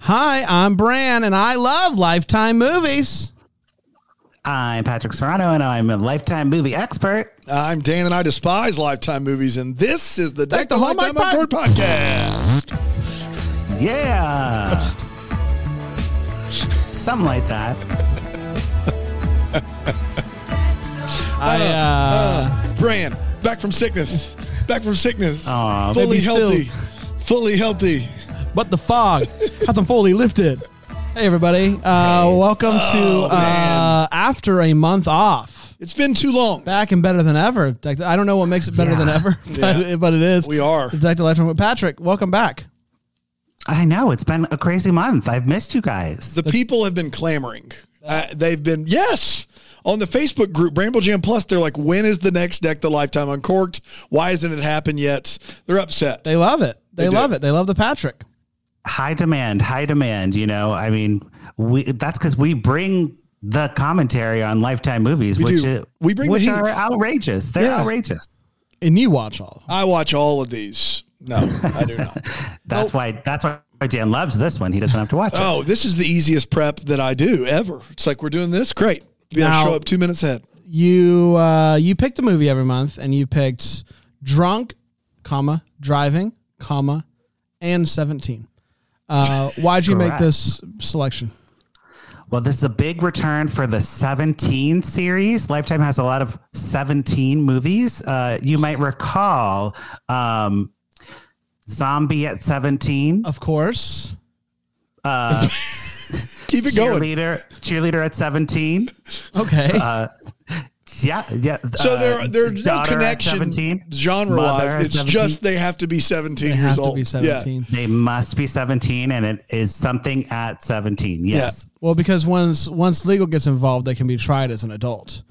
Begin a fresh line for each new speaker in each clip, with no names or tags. Hi, I'm Bran, and I love Lifetime movies.
I'm Patrick Serrano, and I'm a lifetime movie expert.
I'm Dan, and I despise Lifetime movies, and this is the Deck, the,
the
Lifetime
Hallmark
Encore podcast.
Yeah. Something like that.
I uh,
Bran, back from sickness, back from sickness,
Aw,
fully
baby still.
healthy, fully healthy.
but the fog hasn't fully lifted. Hey, everybody! Uh, welcome to
Oh,
uh, after a month off,
It's been too long.
back and better than ever. Detective- I don't know what makes it better than
Yeah.
ever, but,
Yeah.
but it is.
We are.
Detective Lifetime with Patrick. Welcome back.
I know it's been a crazy month. I've missed you guys.
The people have been clamoring. Uh, they've been yes on the Facebook group Bramble Jam Plus. They're like, when is the next Deck the Lifetime Uncorked? Why hasn't it happened yet? They're upset.
They love it. They,
They do.
love it. They love the Patrick.
High demand, high demand. You know, I mean, we that's because we bring the commentary on lifetime movies, which
do.
i-
We bring the
which
heat.
are outrageous. They're
Yeah.
outrageous.
And you watch all of them.
I watch all of these. No, I do not.
That's why. That's why Dan loves this one. He doesn't have to watch it.
Oh, this is the easiest prep that I do ever. It's like we're doing this. Great. Yeah,
Now-
show up two minutes ahead.
you uh, you picked a movie every month and you picked drunk comma driving comma and 17 uh, why'd you make
Correct.
this selection
Well, this is a big return for the 17 series. Lifetime has a lot of 17 movies. Uh, you might recall um, Zombie at 17,
Oh,
of course
Keep it going.
Cheerleader, Cheerleader at 17.
okay
Uh,
Yeah, yeah.
So
uh,
there, there's no
Daughter at
connection
17.
genre
Mother at
wise. It's
17.
just they have to be 17
they
years
have to
old.
be 17
They must be 17, and it is something at 17. Yes.
well because once once legal gets involved they can be tried as an adult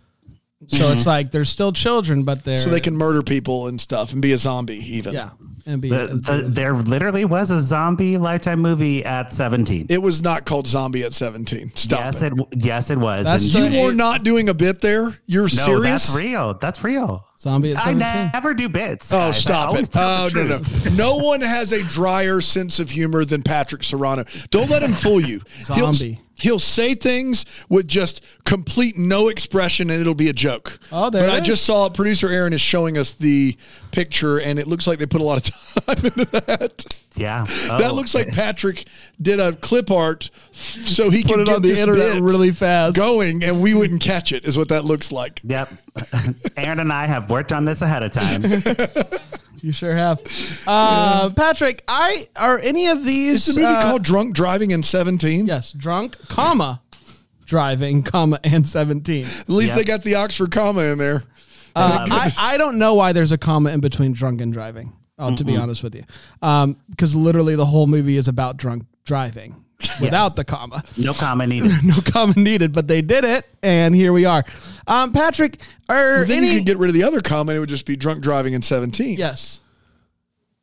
so it's like they're still children but they're
Yeah. Mm-hmm. So they can murder people and stuff and be a zombie even.
yeah and be
The, the, there literally was a zombie lifetime movie at 17.
It was not called zombie at 17. Stop
yes,
it.
it. w yes, it was.
That's
And
the-
you-
You are not doing a bit there. You're
No,
serious.
that's real. That's real.
zombie at
I
17
never do bits.
Oh,
guys. I
stop
always
it.
tell
Oh,
the
no, no.
truth.
No one has a drier sense of humor than Patrick Serrano. Don't let him fool you. He'll-
Zombie.
He'll, say things with just complete no expression and it'll be a joke.
Oh, there
But
it
I
is.
just saw producer Aaron is showing us the picture and it looks like they put a lot of time into that.
Yeah.
That
Oh.
looks like Patrick did a clip art so he
put
can
it
get
on the
this
internet
bit
really fast
going and we wouldn't catch it is what that looks like.
Oh, Yep. Aaron and I have worked on this ahead of time.
you sure have uh, patrick i are any of these
It's a movie
uh,
called Drunk Driving in 17.
Yes, drunk, comma, driving, comma, and 17.
At least
Yeah.
they got the Oxford comma in there.
Uh, I, I don't know why there's a comma in between drunk and driving, uh, to be honest with you. Because literally the whole movie is about drunk driving without
Yes.
the comma.
No comment needed.
No comma needed, but they did it, and here we are. Um, Patrick, are
Then
any.
you could get rid of the other comment. It would just be drunk driving in 17.
yes.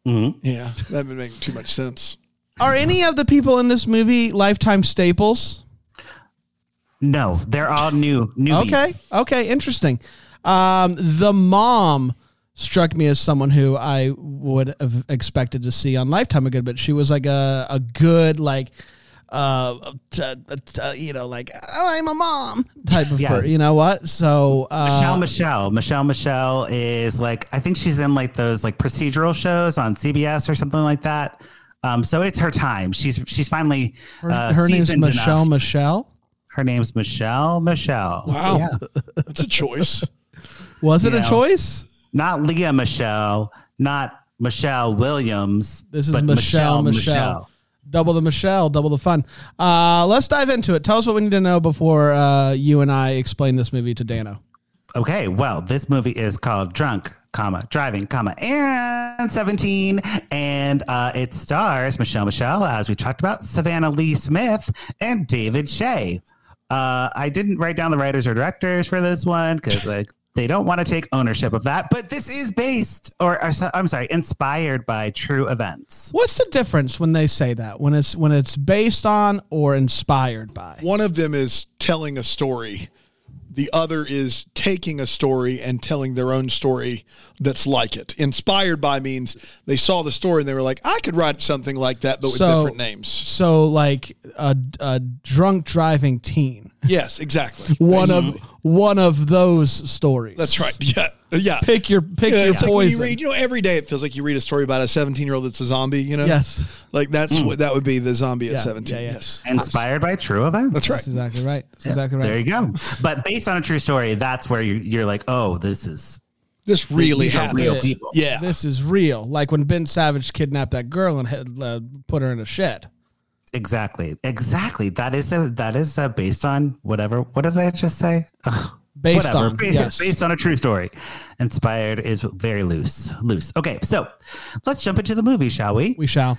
Yeah. That would make too much sense.
Are any of the people in this movie lifetime staples?
No, they're all new newbies.
Okay. Okay. Interesting. Um, the mom struck me as someone who I would have expected to see on Lifetime a good bit. She was like a, a good, like, uh, t- t- you know, like, "Oh, I'm a mom type of
Yes.
person. You know what? So,
Michelle
uh,
Michelle Michelle Michelle is like I think she's in like those like procedural shows on CBS or something like that. Um, so it's her time. She's she's finally
her,
uh,
her name's
seasoned enough.
Michelle Michelle.
Her name's Michelle Michelle.
Wow. That's a choice.
Was it a
Yeah.
choice?
not Leah Michelle, not Michelle Williams.
This is
but
Michelle, Michelle, Double the Michelle, double the fun. Uh, let's dive into it. Tell us what we need to know before uh, you and I explain this movie to Dano.
Okay, well, this movie is called Drunk, comma Driving, comma and Seventeen, and uh, it stars Michelle Michelle, as we talked about, Savannah Lee Smith, and David Shea. Uh, I didn't write down the writers or directors for this one because like they don't want to take ownership of that. But this is based, or, or so- I'm sorry, inspired by true events.
What's the difference when they say that? When it's when it's based on or inspired by?
One of them is telling a story The other is taking a story and telling their own story that's like it. Inspired by means they saw the story and they were like, I could write something like that, but with different names.
So like a, a drunk driving teen.
Yes, exactly.
One
Basically.
of one of those stories.
That's right. Yeah. Yeah.
Pick your pick
Yeah,
your
it's like when
poison.
you read, you know, every day it feels like you read a story about a 17 year old that's a zombie, you know?
Yes.
Like that's
Mm.
what that would be the zombie
Yeah,
at 17.
yeah, yeah.
Yes.
Inspired by true events.
That's right.
That's exactly right. That's exactly right.
There you go. But based on a true story, that's where you, you're like, oh, this is
This really
these are
happened.
real
Yeah.
people.
Yeah.
This is real. Like when Ben Savage kidnapped that girl and had, uh, put her in a shed.
Exactly. Exactly. That is a that is a based on whatever. What did I just say? Ugh.
Based
whatever.
on,
Ba-
yes.
based on a true story. Inspired is very loose. Loose. Okay, so let's jump into the movie, shall we?
We shall.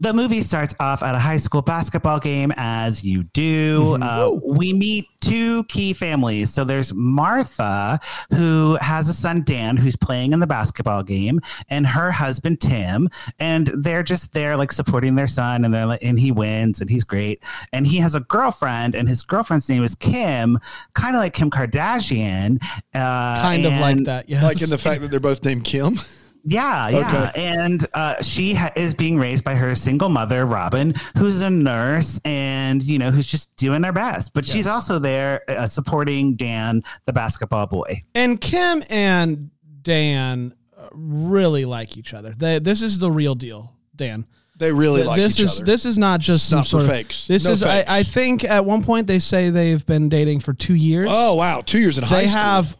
the movie starts off at a high school basketball game, as you do.
Mm-hmm.
Uh, we meet two key families. So there's Martha, who has a son, Dan, who's playing in the basketball game, and her husband, Tim. And they're just there, like supporting their son, and, they're, like- and he wins, and he's great. And he has a girlfriend, and his girlfriend's name is Kim, kind of like Kim Kardashian. Uh,
Kind of like
and-
that. Yes.
Like in the fact that they're both named Kim.
yeah, yeah. And uh, she ha- is being raised by her single mother, Robin, who's a nurse and, you know, who's just doing her best. But she's also there uh, supporting Dan, the basketball boy.
and Kim and Dan uh, really like each other. They, this is the real deal, Dan.
They really like
this
each
is
other.
this is not just some
not for
sort of
fakes.
This
No
is I,
fakes.
I think at one point they say they've been dating for two years.
oh wow, two years in high
they
school. Mm-hmm.
have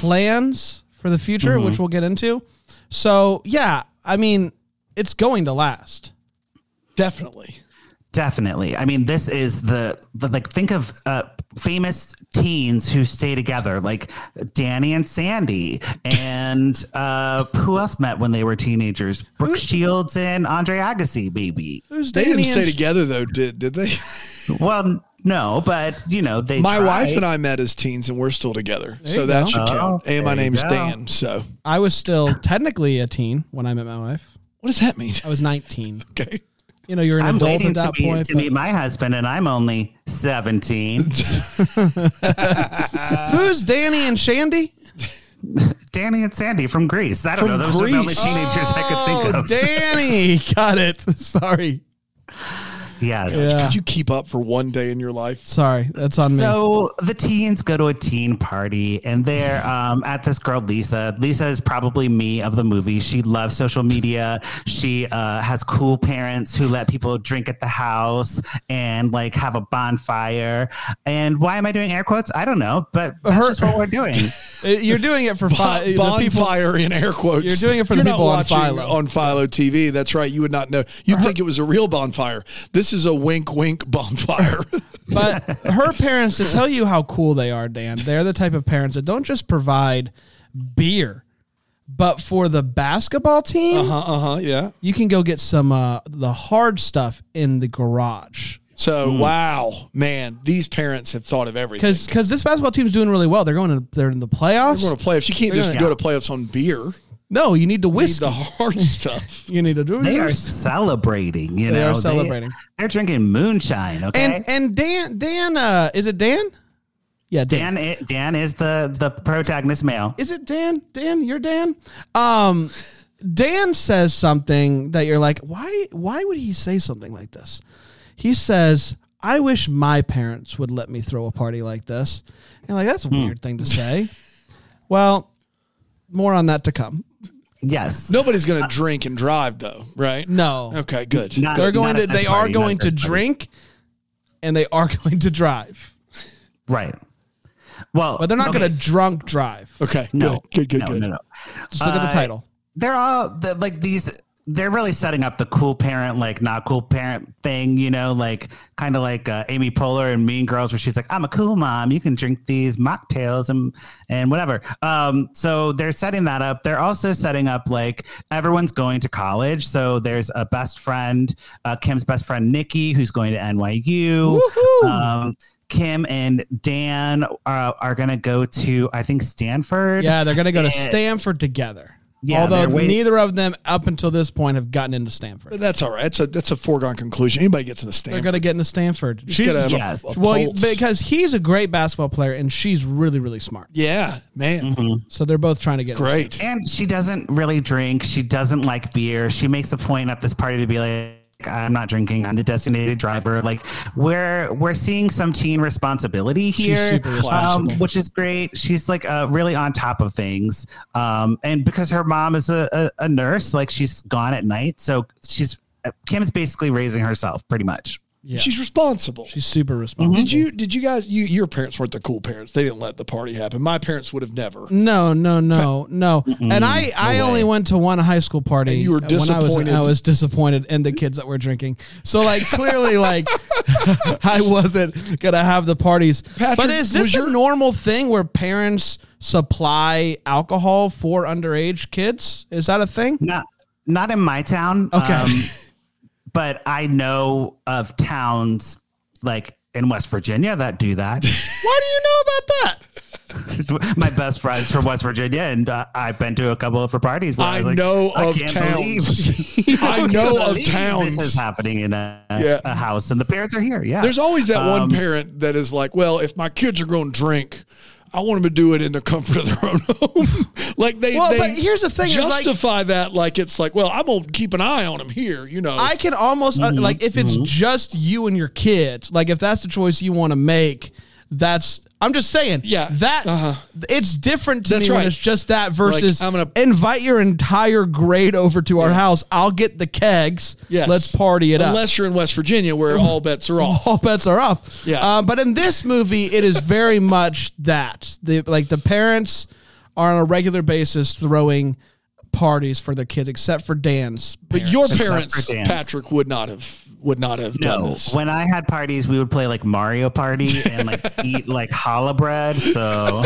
plans for the future, which we'll get into. So yeah, I mean, it's going to last.
definitely.
Definitely. I mean, this is the, the like, think of uh, famous teens who stay together, like Danny and Sandy. And uh, who else met when they were teenagers? Brooke Shields and Andre Agassi, baby.
Who's
They
Danny
didn't stay
and-
together though, did did they?
Well, no, but, you know, they.
My wife
tried.
and I met as teens and we're still together.
There
so
you
that
go.
should count.
Oh,
and my
there you
name's
go.
Dan. So
I was still technically a teen when I met my wife.
what does that mean?
I was 19.
Okay.
You know, you're an
I'm
adult
waiting
at
to,
that
meet,
point.
to
but-
meet my husband, and I'm only 17.
Who's Danny and Shandy?
Danny and Sandy from Greece. I don't
From
know. Those are the only
Greece.
teenagers I could think
Oh,
of.
Danny. Got it. Sorry.
Yes.
Yeah.
Could you keep up for one day in your life?
Sorry. That's on me.
So the teens go to a teen party and they're um, at this girl, Lisa. Lisa is probably me of the movie. She loves social media. She uh, has cool parents who let people drink at the house and like have a bonfire. And why am I doing air quotes? I don't know, but that's
Her-
just what we're doing.
Uh, You're doing it for fi- the people.
bonfire in air quotes.
You're doing it for
If
the
you're
people on
not watching
Philo.
On Philo TV, that's right. You would not know. You'd think it was a real bonfire. This is a wink, wink bonfire.
But her parents to tell you how cool they are, Dan. They're the type of parents that don't just provide beer, but for the basketball team,
uh
uh-huh,
huh. Yeah.
you can go get some uh, the hard stuff in the garage.
So
Hmm.
wow, man, these parents have thought of everything.
Because this basketball team's doing really well. They're going. To, they're in the playoffs.
They're going to playoffs. You can't just
Yeah.
go to playoffs on beer.
no, you need the
It's
whiskey.
the hard stuff.
you need to do.
They are celebrating, you know.
They are celebrating.
They, are drinking moonshine, okay?
And and Dan Dan uh, is it Dan? Yeah, Dan.
Dan i- Dan is the the protagonist male.
Is it Dan? Dan, you're Dan. Um, Dan says something that you're like, why? Why would he say something like this? He says, "I wish my parents would let me throw a party like this." And you're like, that's a
Hmm.
weird thing to say. well, more on that to come.
Yes.
Nobody's going to drink and drive though, right?
No,
Okay, good.
Not-
they're going
not
to.
at this
They are
party, not
going
at
to
this party.
drink, and they are going to drive,
Right. Well,
but they're not
okay.
going to drunk drive.
Okay,
No.
good, good, good,
no,
good.
No, no.
Just look at
Uh,
the title.
They're all the, like these. They're really setting up the cool parent, like not cool parent thing, you know, like kind of like uh, Amy Poehler and Mean Girls, where she's like, "I'm a cool mom. You can drink these mocktails and and whatever." Um, so they're setting that up. They're also setting up like everyone's going to college. So there's a best friend, uh, Kim's best friend Nikki, who's going to NYU.
Woohoo!
Um, Kim and Dan are, are going to go to, I think, Stanford.
Yeah, they're going to go to
And-
Stanford together.
Yeah,
Although
they're waiting-
neither of them up until this point have gotten into Stanford.
But that's all right. That's a that's a foregone conclusion. Anybody gets into
They're
Stanford,
going to get into Stanford.
she's gonna have a-
Yes.
a,
well,
pulse.
because he's a great basketball player and she's really, really smart.
yeah, man,
Mm-hmm.
So they're both trying to get into
great.
And she doesn't really drink. She doesn't like beer. She makes a point at this party to be like, I'm not drinking. I'm the designated driver. Like we're we're seeing some teen responsibility here, um,
super responsible.
which is great. She's like uh, really on top of things. Um, and because her mom is a, a, a nurse, like she's gone at night, so she's Kim's basically raising herself pretty much.
Yeah.
She's responsible.
She's
Mm-hmm.
super responsible.
did you did you guys you your parents weren't the cool parents. They didn't let the party happen. My parents would have never.
No, no, no, no. And I, I only went to one high school party.
And you were
When
disappointed.
I was, I was disappointed in the kids that were drinking. So like clearly, like I wasn't gonna have the parties.
Patrick,
but is
was
this
your-
a normal thing where parents supply alcohol for underage kids? Is that a thing?
Not not in my town. um,
Okay.
but I know of towns like in West Virginia that do that.
Why do you know about that?
my best friends from West Virginia, and uh, I've been to a couple of her parties. Where I,
I
was like,
know
I
of
can't
towns.
Believe,
I know of
believe
towns.
This is happening in a,
Yeah.
a house, and the parents are here. Yeah,
There's always that one
Um,
parent that is like, well, if my kids are going to drink, I want them to do it in the comfort of their own home. like they,
Well,
they
but here's the thing, is like-
justify that like it's like, well, I'm gonna keep an eye on them here. You know,
I can almost uh, like if it's just you and your kid, like if that's the choice you want to make, that's I'm just saying,
Yeah.
that
Uh-huh.
it's different to
That's
me
right.
when it's just that versus
I'm gonna-
invite your entire grade over to our house. I'll get the kegs.
Yes.
let's party it up.
unless you're in West Virginia where all bets are off.
All bets are off.
Yeah.
Um, but in this movie, it is very much that the like the parents are on a regular basis throwing parties for their kids, except for Dan's.
But your
Except for
parents,
dance.
Patrick, would not have would not have done
No,
this.
when I had parties, we would play like Mario Party and like eat like challah bread. So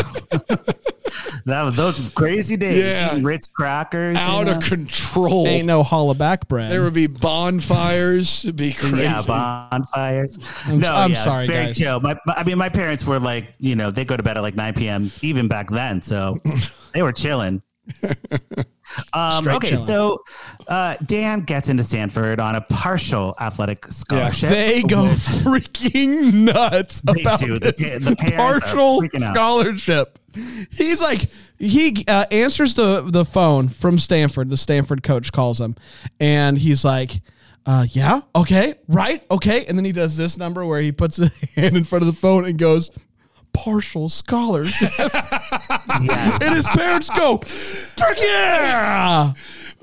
that was those were crazy days.
Yeah.
Eating Ritz crackers. you
Out
know?
of control.
Ain't no holla back, Brad.
there would be bonfires. It'd be crazy.
Yeah, bonfires.
I'm-
no,
I'm
yeah,
sorry,
very
guys.
chill. My, my- I mean, my parents were like, you know, they go to bed at like 9 p.m. even back then, so they were chilling. Um,
Straight
okay,
chilling.
so uh, Dan gets into Stanford on a partial athletic scholarship.
They go freaking nuts
They
about
do. The
this
pa- the parents are
partial
freaking out.
scholarship. He's like he uh, answers the the phone from Stanford. The Stanford coach calls him, and he's like. Uh, yeah. Okay. Right. Okay. And then he does this number where he puts his hand in front of the phone and goes, "Partial scholarship."
Yeah.
and his parents go, "Frick yeah!"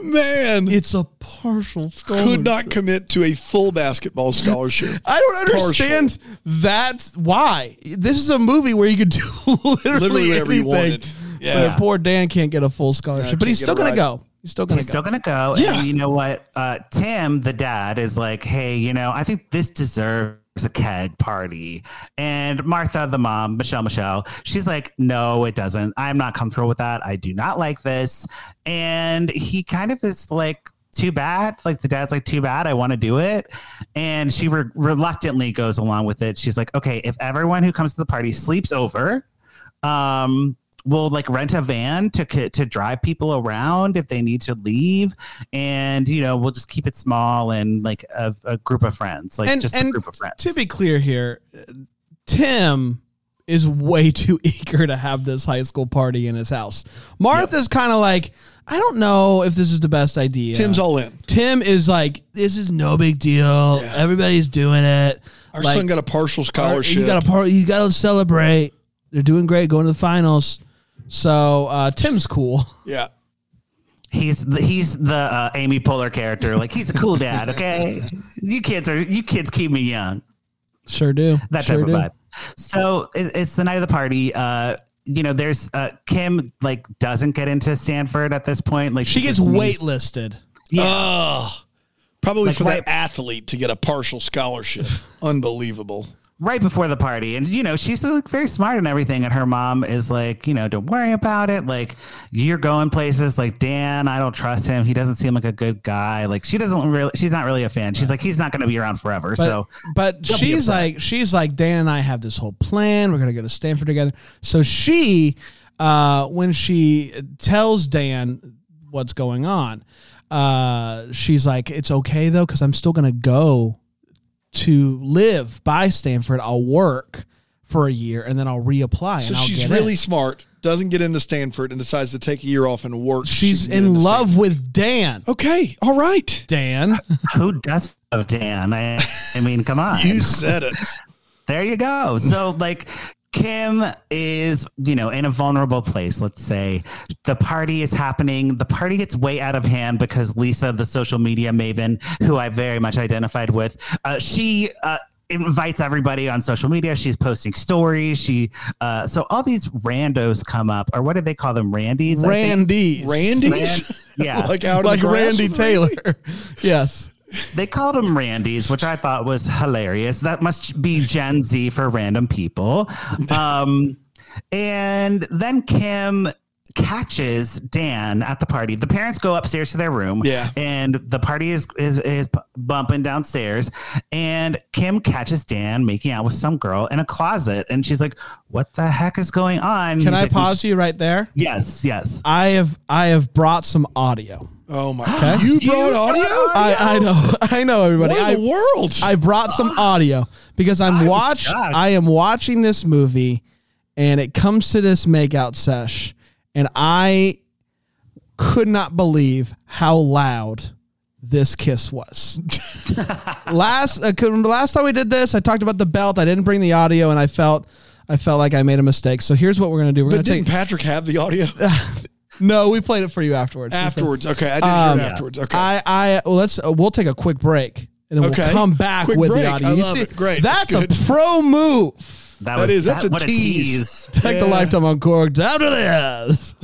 Man,
It's a partial scholarship.
could not commit to a full basketball scholarship.
I don't understand that. Why this is a movie where you could do literally,
Literally whatever you
anything,
wanted. Yeah.
But poor Dan can't get a full scholarship, but he's
can't
still
get a
gonna
ride.
go. He's still gonna
He's
go.
still gonna go.
Yeah.
And you know what? Uh, Tim, the dad, is like, hey, you know, I think this deserves a keg party. And Martha, the mom, Michelle, Michelle, she's like, no, it doesn't. I'm not comfortable with that. I do not like this. And he kind of is like, too bad. Like the dad's like, too bad. I want to do it. And she re- reluctantly goes along with it. She's like, okay, if everyone who comes to the party sleeps over, um will like rent a van to c- to drive people around if they need to leave and you know we'll just keep it small and like a, a group of friends like
and
just
and
a group of friends
to be clear here, Tim is way too eager to have this high school party in his house. Martha's kind of like, I don't know if this is the best idea.
Tim's all in.
Tim is like, this is no big deal. Everybody's doing it.
Our
Like,
son got a partial scholarship.
You got to party. You got to celebrate. They're doing great, going to the finals. So uh, Tim's cool.
yeah.
he's the, he's the uh, amy polar character like he's a cool dad okay you kids are you kids keep me young
Sure do.
that
sure
type
do.
of vibe. So it, it's the night of the party. Uh, you know, there's uh, Kim like doesn't get into Stanford at this point. Like
She gets
just leaves-
waitlisted.
Ugh. probably for
right-
that athlete to get a partial scholarship. Unbelievable.
right before the party and you know she's like very smart and everything and her mom is like you know don't worry about it like you're going places like dan i don't trust him he doesn't seem like a good guy like she doesn't really she's not really a fan she's like he's not going to be around forever
But,
so
but
don't be
she's
upset.
like she's like Dan and I have this whole plan. We're gonna go to Stanford together. So she, uh, when she tells Dan what's going on. Uh, she's like, it's okay though, because I'm still gonna go to live by Stanford. I'll work for a year and then I'll reapply.
So
and I'll
she's
get
really
in.
smart, doesn't get into Stanford, and decides to take a year off and work. so she
She's
can get
in
into
love with Dan.
Stanford. Okay, all right.
Dan.
Who does love Dan? I, I mean, come on.
You said it.
There you go. So like Kim is, you know, in a vulnerable place, let's say. The party is happening. The party gets way out of hand because Lisa, the social media maven, who I very much identified with, uh, she uh, invites everybody on social media. She's posting stories. She, uh, so all these randos come up, or what do they call them? Randys? I think?
Randy's.
Randy's?
Ran- yeah.
like out of
Like
the grass?
Randy Taylor. yes.
They called him Randy's, which I thought was hilarious. That must be Gen Z for random people. Um, and then Kim catches Dan at the party. The parents go upstairs to their room.
Yeah.
And the party is, is, is bumping downstairs. And Kim catches Dan making out with some girl in a closet. And she's like, What the heck is going on?
Can
He's
I
like,
pause you right there?
Yes, yes.
I have I have brought some audio.
Oh my! god. You
You
brought
brought
audio?
I, I know I know everybody.
What in
I,
the world? Ah.
I brought some audio because I'm,
I'm
watch
shocked.
I am watching this movie and it comes to this makeout sesh and I could not believe how loud this kiss was. last I could remember last time we did this, I talked about the belt. I didn't bring the audio and I felt I felt like I made a mistake. So here's what we're gonna do. We're
but
gonna
didn't
take
Patrick have the audio
No, we played it for you afterwards. We played-
afterwards? Okay, I didn't hear it
Um,
afterwards. Okay,
I, I well, let's uh, we'll take a quick break and then
Okay.
we'll come back
Quick
with
break.
the audio.
I
You
love it. Great.
That's,
That's good.
a pro move.
That,
That
was
is- that's
that-
a
what
tease.
a tease.
Take the
Yeah.
lifetime on Corked after this.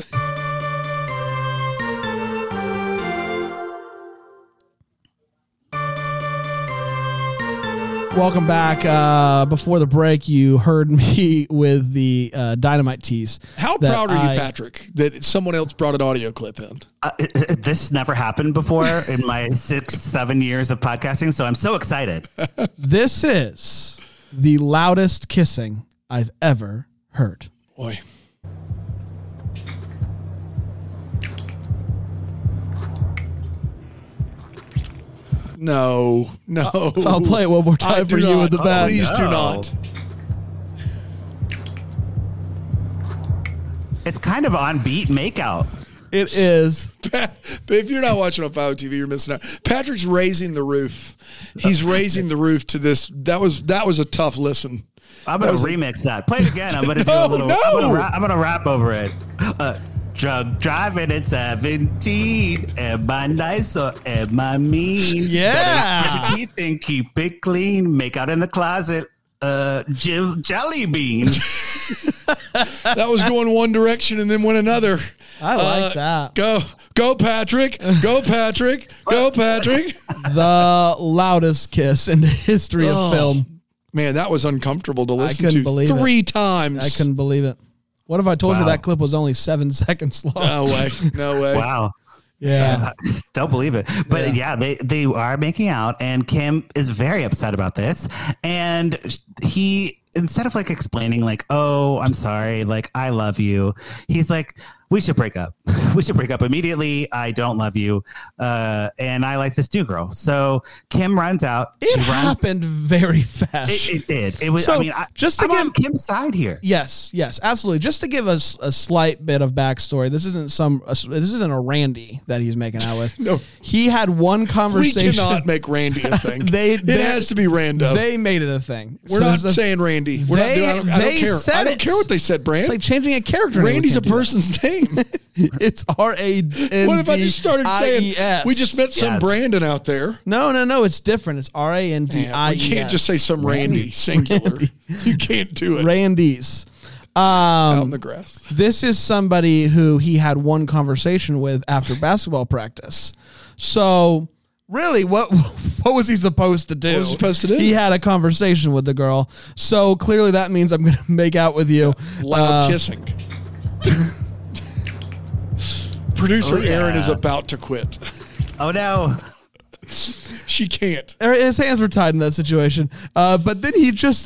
Welcome back. Uh, before the break, you heard me with the uh, dynamite tease.
how
that
proud are
I-
you, Patrick, that someone else brought an audio clip in?
uh, this never happened before in my six, seven years of podcasting. So I'm so excited.
This is the loudest kissing I've ever heard.
Boy, no, no.
I'll play it one more time for
do
you
not.
in the back.
Please do
no.
not.
It's kind of on beat makeout.
It is.
Pat, but if you're not watching on Five TV, you're missing out. Patrick's raising the roof. He's raising the roof to this. That was that was a tough listen.
I'm gonna
was a-
remix that. Play it again. I'm gonna do
No,
a little. I'm,
no.
gonna rap, I'm gonna rap over it. Uh, drug driving at 17. Am I nice or am I mean?
Yeah.
Brush your teeth and keep it clean. Make out in the closet. Uh, jil- jelly bean.
That was going one direction and then went another. Uh,
I like that.
Go, go, Patrick. Go, Patrick. Go, Patrick.
the loudest kiss in the history of film.
Man, that was uncomfortable to listen
couldn't
to
believe it.
three times.
I couldn't believe it. What if I told you
Wow.
that clip was only seven seconds long?
No way. No way.
wow.
Yeah.
Don't believe it. But
Yeah.
yeah. they they are making out, and Kim is very upset about this. And he instead of like explaining like, "Oh, I'm sorry," like "I love you," he's like, "We should break up. we should break up immediately. I don't love you, uh, and I like this new girl." So Kim runs out. She
It
runs-
happened very fast.
It, it did. It was.
So,
I mean, I,
just to
I'm on
give-
Kim's side here.
Yes, yes, absolutely. Just to give us a slight bit of backstory, this isn't some. this isn't a Randy that he's making out with.
No.
he had one
We
conversation.
cannot make Randy a thing.
They-
it
they-
has to be rando.
They made it a thing. So
We're not
this is a-
saying Randy. We're
They-
not doing. I don't, I
they
don't care.
said
I don't
it.
care what they said, Brand.
It's like changing a character. name. We
Randy's a
can't do that.
person's name.
It's R A N D I E S.
What if I just started
E
saying we just met some
Yes.
Brandon out there?
No, no, no. It's different. It's R A N D
Yeah,
I E
we
S.
can't just say some Randy, singular. You can't do it
Randy's.
out
Um,
in the grass.
this is somebody who he had one conversation with after basketball practice. So really, what what was he supposed to do?
What was he supposed to do?
He had a conversation with the girl. So clearly, that means I'm going to make out with you.
Loud kissing. Producer
Oh, yeah.
Aaron is about to quit.
Oh no.
She can't.
Or er, His hands were tied in that situation. Uh, but then he just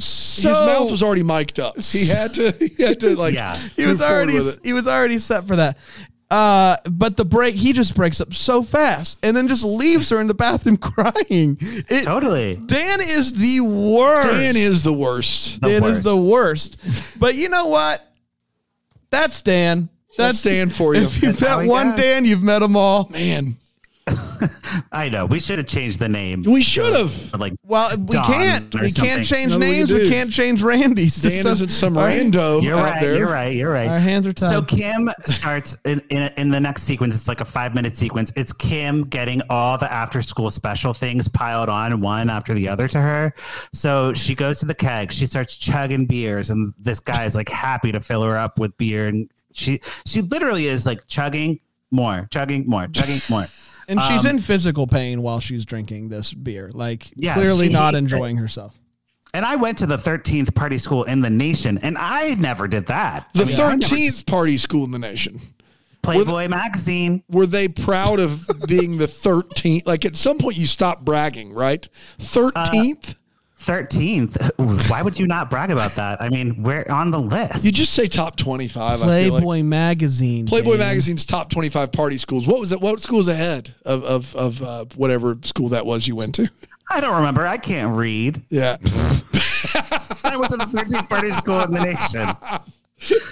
so
His mouth was already mic'd up. He had to. He had to like.
Yeah.
he was
move forward
already
with it.
he was already set for that. Uh, but the break, he just breaks up so fast and then just leaves her in the bathroom crying. It,
Totally.
Dan is the worst.
Dan is the worst.
Dan
worst.
is the worst. But you know what? That's Dan.
That's Dan for you.
If you've
That's how
met
he
one
does.
Dan, you've met them all.
Man,
I know. We should have changed the name.
we should have.
But, like,
Well, we
Don
can't.
or
We
something.
can't change
No, we
names. We,
do.
can't change Randy's.
Dan isn't some
All right.
rando
You're
out
right.
there.
You're right. You're right.
Our hands are tied.
So Kim starts in, in in the next sequence. It's like a five minute sequence. It's Kim getting all the after school special things piled on one after the other to her. So she goes to the keg. She starts chugging beers, and this guy is like happy to fill her up with beer. And she she literally is like chugging more, chugging more, chugging more.
And she's
Um,
in physical pain while she's drinking this beer. Like
Yeah,
clearly
she-
not enjoying herself.
And I went to the 13th party school in the nation, and I never did that.
The
I mean, I never-
13th party school in the nation.
Playboy magazine.
Were they proud of being the 13th? Like at some point you stop bragging, right? 13th?
Uh, 13th. Why would you not brag about that? I mean, we're on the list.
you just say top 25. I feel like.
Playboy magazine.
Playboy
Dan.
magazine's top 25 party schools. What was it? What school's ahead of of, of uh, whatever school that was you went to?
I don't remember. I can't read.
Yeah.
I went to the 13th party school in the nation.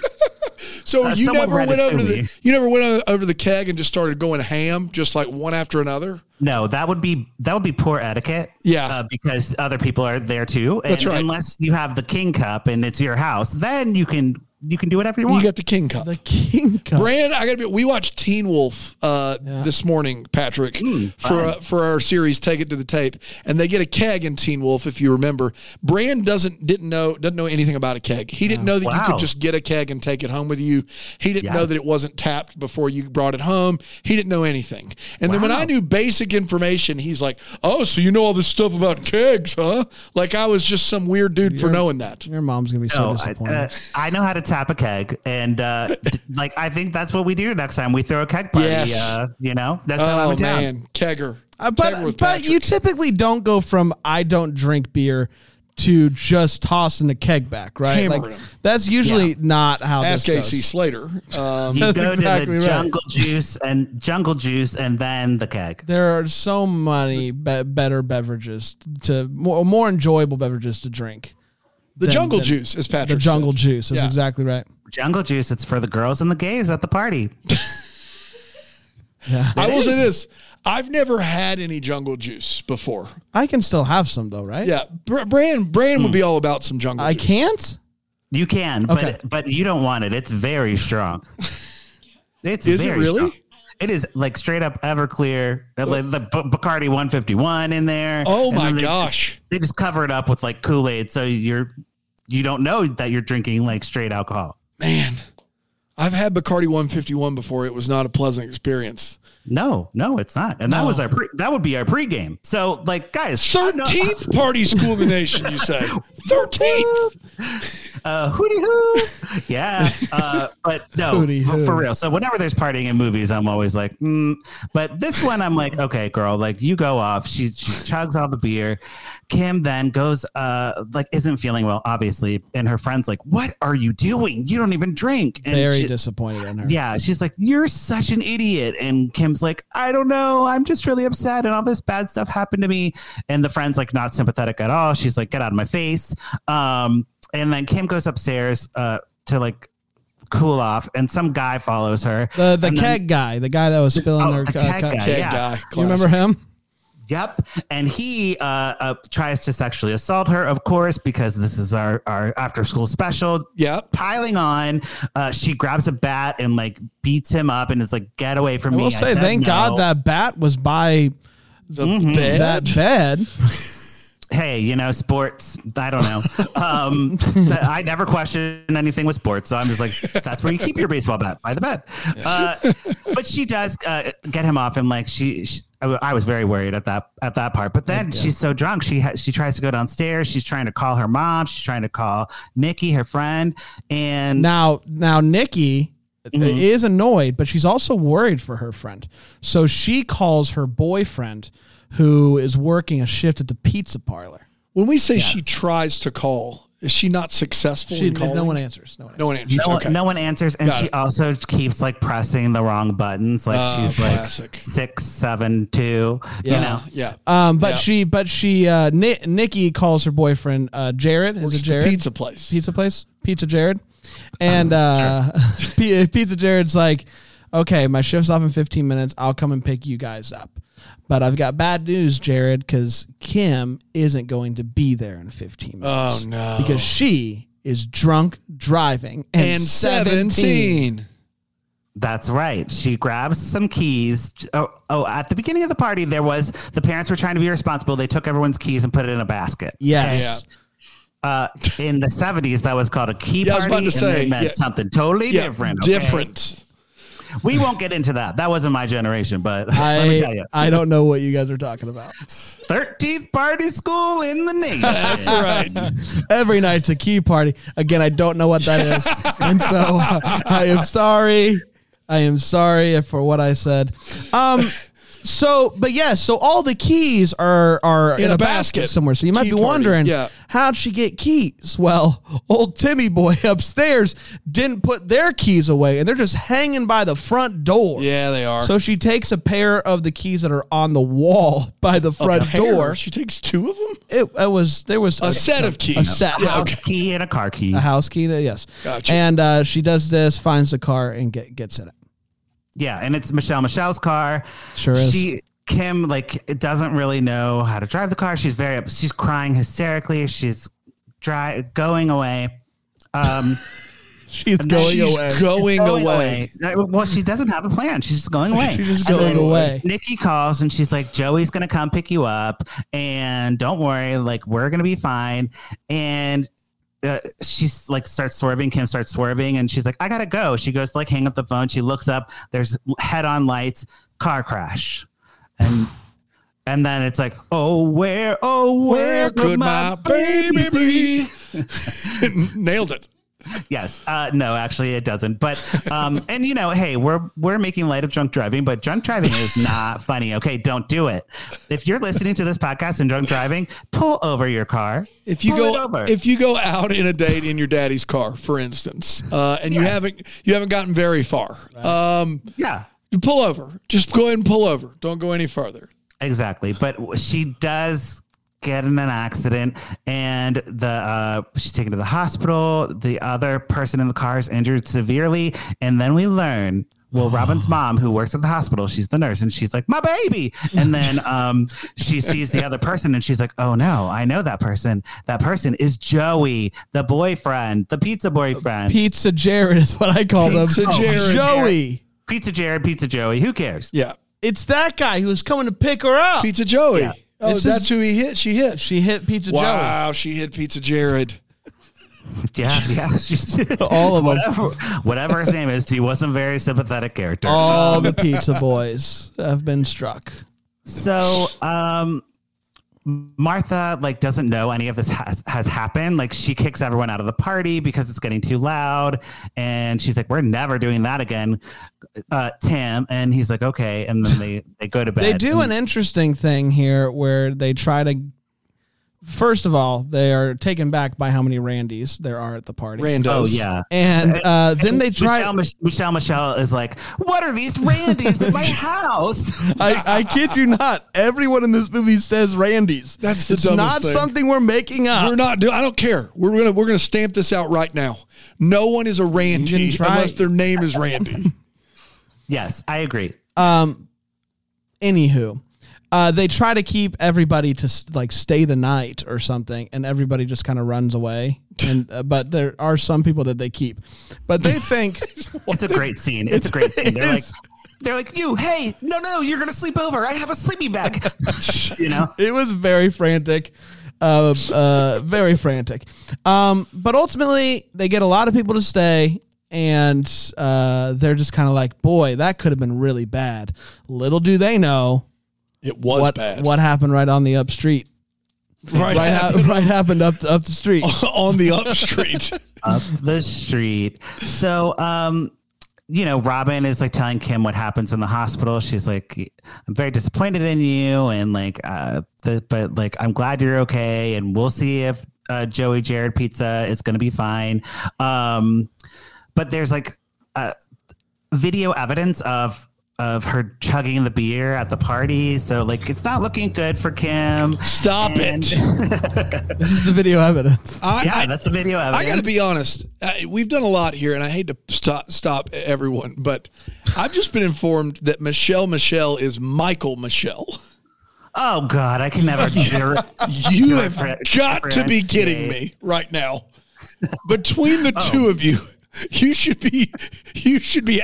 So
Uh,
you
someone
never
read
went
it
over
to
to
me.
the you never went o- over to the keg and just started going ham, just like one after another.
No, that would be that would be poor etiquette.
Yeah.
uh, because other people are there too. And
That's right.
Unless you have the king cup and it's your house, then you can you can do whatever you
You
want.
got the king cup.
The King Cup.
Brand, I gotta be. We watched Teen Wolf uh, this morning, Patrick,
Hmm.
for uh, for our series. Take it to the tape, and they get a keg in Teen Wolf. If you remember, Brand doesn't didn't know doesn't know anything about a keg. He didn't know that you could
Wow.
just get a keg and take it home with you. He didn't
Yeah.
know that it wasn't tapped before you brought it home. He didn't know anything. And then when I knew basic information, he's like, "Oh, so you know all this stuff about kegs, huh?" Like I was just some weird dude for knowing that.
Your mom's gonna be so
No, I,
disappointed.
uh, I know how to tap a keg, and uh, d- like I think that's what we do next time we throw a keg party.
Yes.
Uh, you know, that's how
Oh
I'm down.
man, kegger.
Uh,
Kegger
but
with
but you typically don't go from I don't drink beer to just tossing the keg back, right?
Hammering
Like,
them.
that's usually not how
ask
this
AC
goes.
Slater. Um,
You
That's
go
exactly
to
right.
the jungle juice and jungle juice, and then the keg.
There are so many be- better beverages to more more enjoyable beverages to drink.
the
than-
jungle
than
juice is Patrick.
The jungle
said.
juice is
Yeah.
exactly right.
Jungle juice. It's for the girls and the gays at the party.
I will say this: I've never had any jungle juice before.
I can still have some though, right?
Yeah, Br- Bran Bran would be all about some jungle.
I
juice.
can't.
You can,
Okay.
but but you don't want it. It's very strong. It's
Is it
very
really?
strong. It is like straight up Everclear, uh, like the B- Bacardi 151 in there.
Oh
and
my
then they just-
gosh.
they just cover it up with like Kool Aid, so you're you don't know that you're drinking like straight alcohol.
Man, I've had Bacardi 151 before. It was not a pleasant experience.
No, no, it's not. And that was our pre- that would be our pregame. So like guys, I know-
Thirteenth party school in the nation, you say? Thirteenth.
uh, hooty hoo. Yeah, uh, but no,
Hooty
for,
hoo.
for real. So whenever there's partying in movies, I'm always like, mm. but this one, I'm like, okay, girl, like you go off. She she chugs all the beer. Kim then goes, uh, like isn't feeling well, obviously, and her friends like, what are you doing? You don't even drink. And
Very
she-
disappointed in her.
yeah, she's like, You're such an idiot. And Kim's like, I don't know. I'm just really upset. And all this bad stuff happened to me. And the friend's like, Not sympathetic at all. She's like, Get out of my face. Um, and then Kim goes upstairs uh, to like cool off. And some guy follows her.
The the
And then-
keg guy, the guy that was filling
Oh,
her
the
cu-
keg
cu-
guy,
Keg
Yeah.
guy.
You remember him?
Yep. And he uh, uh, tries to sexually assault her, of course, because this is our, our after school special.
Yep.
Piling on, uh, she grabs a bat and like beats him up and is like, "Get away from
I
me!"
will say,
said
thank
no.
God that bat was by
The bed.
that bed.
hey, you know, sports. I don't know. Um, th- I never question anything with sports, so I'm just like, that's where you keep your baseball bat by the bat. Uh, but she does uh, get him off, and like she, she I, w- I was very worried at that at that part. But then she's so drunk, she ha- she tries to go downstairs. She's trying to call her mom. She's trying to call Nikki, her friend, and
Now, now Nikki
Mm-hmm.
is annoyed, but she's also worried for her friend. So she calls her boyfriend, who is working a shift at the pizza parlor.
When we say she tries to call, Is she not successful
She,
in calling?
no one answers. No one.
No
Answers.
one answers.
No, one-
okay.
no one answers, and
Got
she
it.
also keeps like pressing the wrong buttons. Like
Ah,
she's like
classic.
six, seven, two.
yeah,
You know,
yeah.
Um, but
Yeah.
she, but she, uh, Ni- Nikki calls her boyfriend uh, Jared. Is
Works
it
at the
Jared?
pizza place.
pizza place, Pizza Jared, and uh, P- Pizza Jared's like, okay, my shift's off in 15 minutes. I'll come and pick you guys up, but I've got bad news, Jared, because Kim isn't going to be there in 15
Oh
minutes
no.
because she is drunk driving and,
and
17.
17.
that's right. She grabs some keys. Oh, oh, at the beginning of the party, there was the parents were trying to be responsible. They took everyone's keys and put it in a basket.
Yes.
Yeah.
Uh, in the 70s, that was called a key
Yeah, I was
party.
about to
and
say,
they meant
yeah.
something totally
Yeah,
different. okay?
Different.
We won't get into that. That wasn't my generation, but let me tell
I,
you.
I don't know what you guys are talking about.
13th party school in the nation. That's
right.
Every night's a key party. Again, I don't know what that is. and so uh, I am sorry. I am sorry for what I said. Um so but yes, so all the keys are are in, a, basket. somewhere. So you might
Key
be
party,
wondering
yeah.
how'd she get keys? Well, old Timmy boy upstairs didn't put their keys away and they're just hanging by the front door.
Yeah, they are.
So she takes a pair of the keys that are on the wall by the front
Hair,
door.
She takes two of them.
It, it was there was
A set of keys.
set.
Yeah,
house
okay.
key and a car key.
a house key. to- Yes.
Gotcha.
And uh, she does this, finds the car, and get, gets in it.
Yeah, and it's Michelle Michelle's car.
Sure is.
She Kim like it doesn't really know how to drive the car. She's very up. She's crying hysterically. She's dry going away. Um,
She's going
She's
away.
going
going
away.
away. Uh, Well, she doesn't have a plan. She's just going away.
She's just
And
going
then
away.
Nikki calls and she's like, "Joey's gonna come pick you up, and don't worry, like we're gonna be fine." And uh, she's like, starts swerving. Kim starts swerving, and she's like, "I gotta go." She goes to like hang up the phone. She looks up. There's head-on lights. Car crash, and. And then it's like, oh, where, oh, where,
Where could my baby be? Nailed it.
Yes. Uh, no, actually, it doesn't. But um, and you know, hey, we're we're making light of drunk driving, but drunk driving is not funny. Okay, don't do it. If you're listening to this podcast and drunk driving, pull over your car.
If you
pull it
go
over.
if you go out in a date in your daddy's car, for instance, uh, and you
Yes.
haven't you haven't gotten very far, um,
yeah,
pull over. Just go ahead and pull over. Don't go any farther.
exactly. But she does get in an accident, and the uh, she's taken to the hospital. The other person in the car is injured severely, and then we learn. Well, Robin's mom, who works at the hospital, she's the nurse, and she's like, "My baby," and then um, she sees the other person, and she's like, "Oh no, I know that person. That person is Joey, the boyfriend, the pizza boyfriend,
Pizza Jared is what I call
Pizza
them. Oh,
Jared.
Joey.
pizza Jared, pizza Joey. Who cares?
Yeah,
It's that guy who was coming to pick her up.
Pizza Joey.
Yeah.
Oh,
It's
that's
just-
who he hit. She hit.
She hit Pizza Joey.
wow, she hit Pizza Jared.
Yeah, yeah. She's,
All of them.
whatever, whatever his name is, he wasn't a very sympathetic character.
All the pizza boys have been struck.
So, um, Martha like doesn't know any of this has, has happened. Like she kicks everyone out of the party because it's getting too loud, and she's like, "We're never doing that again." Uh, Tim and he's like, "Okay," and then they they go to bed.
They do
and
an interesting thing here where they try to. First of all, they are taken back by how many Randys there are at the party.
Randos.
Oh yeah.
And uh, then they try.
Michelle, Mich- Michelle Michelle is like, "What are these Randys in my house?"
I, I kid you not. Everyone in this movie says Randy's.
That's the
it's
dumbest
not
thing.
something we're making up.
We're not. Do- I don't care. We're gonna we're gonna stamp this out right now. No one is a Randy
didn't try.
unless their name is Randy.
Yes, I agree.
Um, anywho, uh, they try to keep everybody to s- like stay the night or something, and everybody just kind of runs away. And uh, but there are some people that they keep, but they think
It's a great scene. It's a great scene. They're
it
like,
is.
they're like, you, hey, no, no, you're gonna sleep over. I have a sleeping bag. you know,
it was very frantic. Uh, uh, very frantic. Um, but ultimately, they get a lot of people to stay, and uh, they're just kind of like, boy, that could have been really bad. Little do they know
It was
what
bad.
what happened right on the up street.
right Oh.
Right, hap- right happened up up the street.
on the up street.
up the street. So, um, you know, Robin is like telling Kim what happens in the hospital. She's like, I'm very disappointed in you, and like, uh, the, but like, I'm glad you're okay, and we'll see if uh, Joey Jared pizza. It's going to be fine. Um, but there's like uh, video evidence of of her chugging the beer at the party. So like it's not looking good for Kim.
Stop
And-
it.
This is the video evidence.
I,
yeah,
I-
that's a video evidence.
I got to be honest. I, we've done a lot here, and I hate to stop stop everyone, but I've just been informed that Michelle Michelle is Michael Michelle.
Oh God, I can never. dir-
You have
different-
got to be kidding me right now. Between the two of you, you should be you should be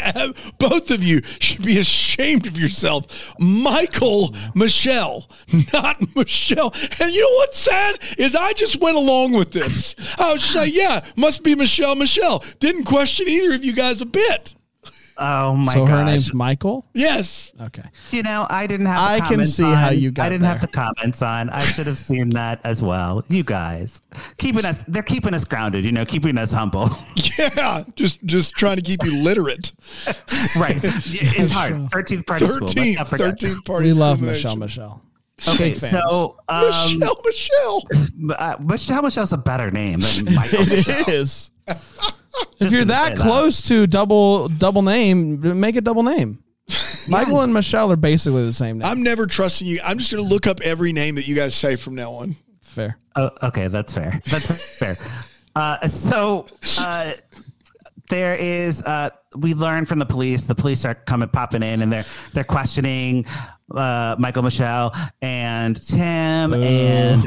both of you should be ashamed of yourself. Michael Michelle, not Michelle. And you know what's sad is I just went along with this. I was just like, yeah, must be Michelle Michelle. Didn't question either of you guys a bit.
Oh my
so
gosh.
her name's Michael.
Yes.
Okay.
You know, I didn't have.
I
The
can
comments
see how
on-
you got
I didn't have
there.
the comments on. I should have seen that as well. You guys, keeping us. They're keeping us grounded. You know, keeping us humble.
Yeah. Just just trying to keep you literate.
right. It's hard. Thirteenth party school. Let's
13th,
not forget.
13th party.
We love Michelle
discrimination.
Michelle.
Okay.
Big fans.
So, um,
Michelle Michelle.
uh, Michelle Michelle's a better name than Michael.
it is. if
Just
you're
gonna
that
say
close to double double name, make a double name. Michael and Michelle are basically the same name.
I'm never trusting you. I'm just going to look up every name that you guys say from now on.
Fair.
Oh, okay, that's fair. That's fair. Uh, so uh, there is. Uh, we learn from the police. The police are coming, popping in, and they're they're questioning uh, Michael, Michelle, and Tim. And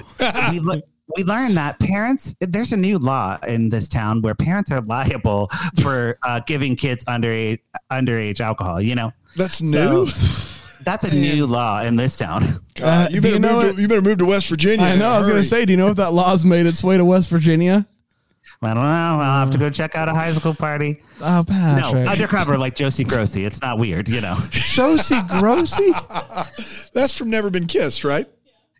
we le- we learn that parents. There's a new law in this town where parents are liable for uh, giving kids underage underage alcohol. You know,
That's new.
that's a new law in this town.
Uh,
God,
do
you better
you know
move. To, you better move to West Virginia.
I
in
know.
a
I was going
hurry.
to say, do you know if that law's made its way to West Virginia?
I don't know. I'll have to go check out a high school party.
Oh,
No,
Patrick.
undercover like Josie Grossi. It's not weird, you know.
Josie Grossi?
that's from Never Been Kissed, right?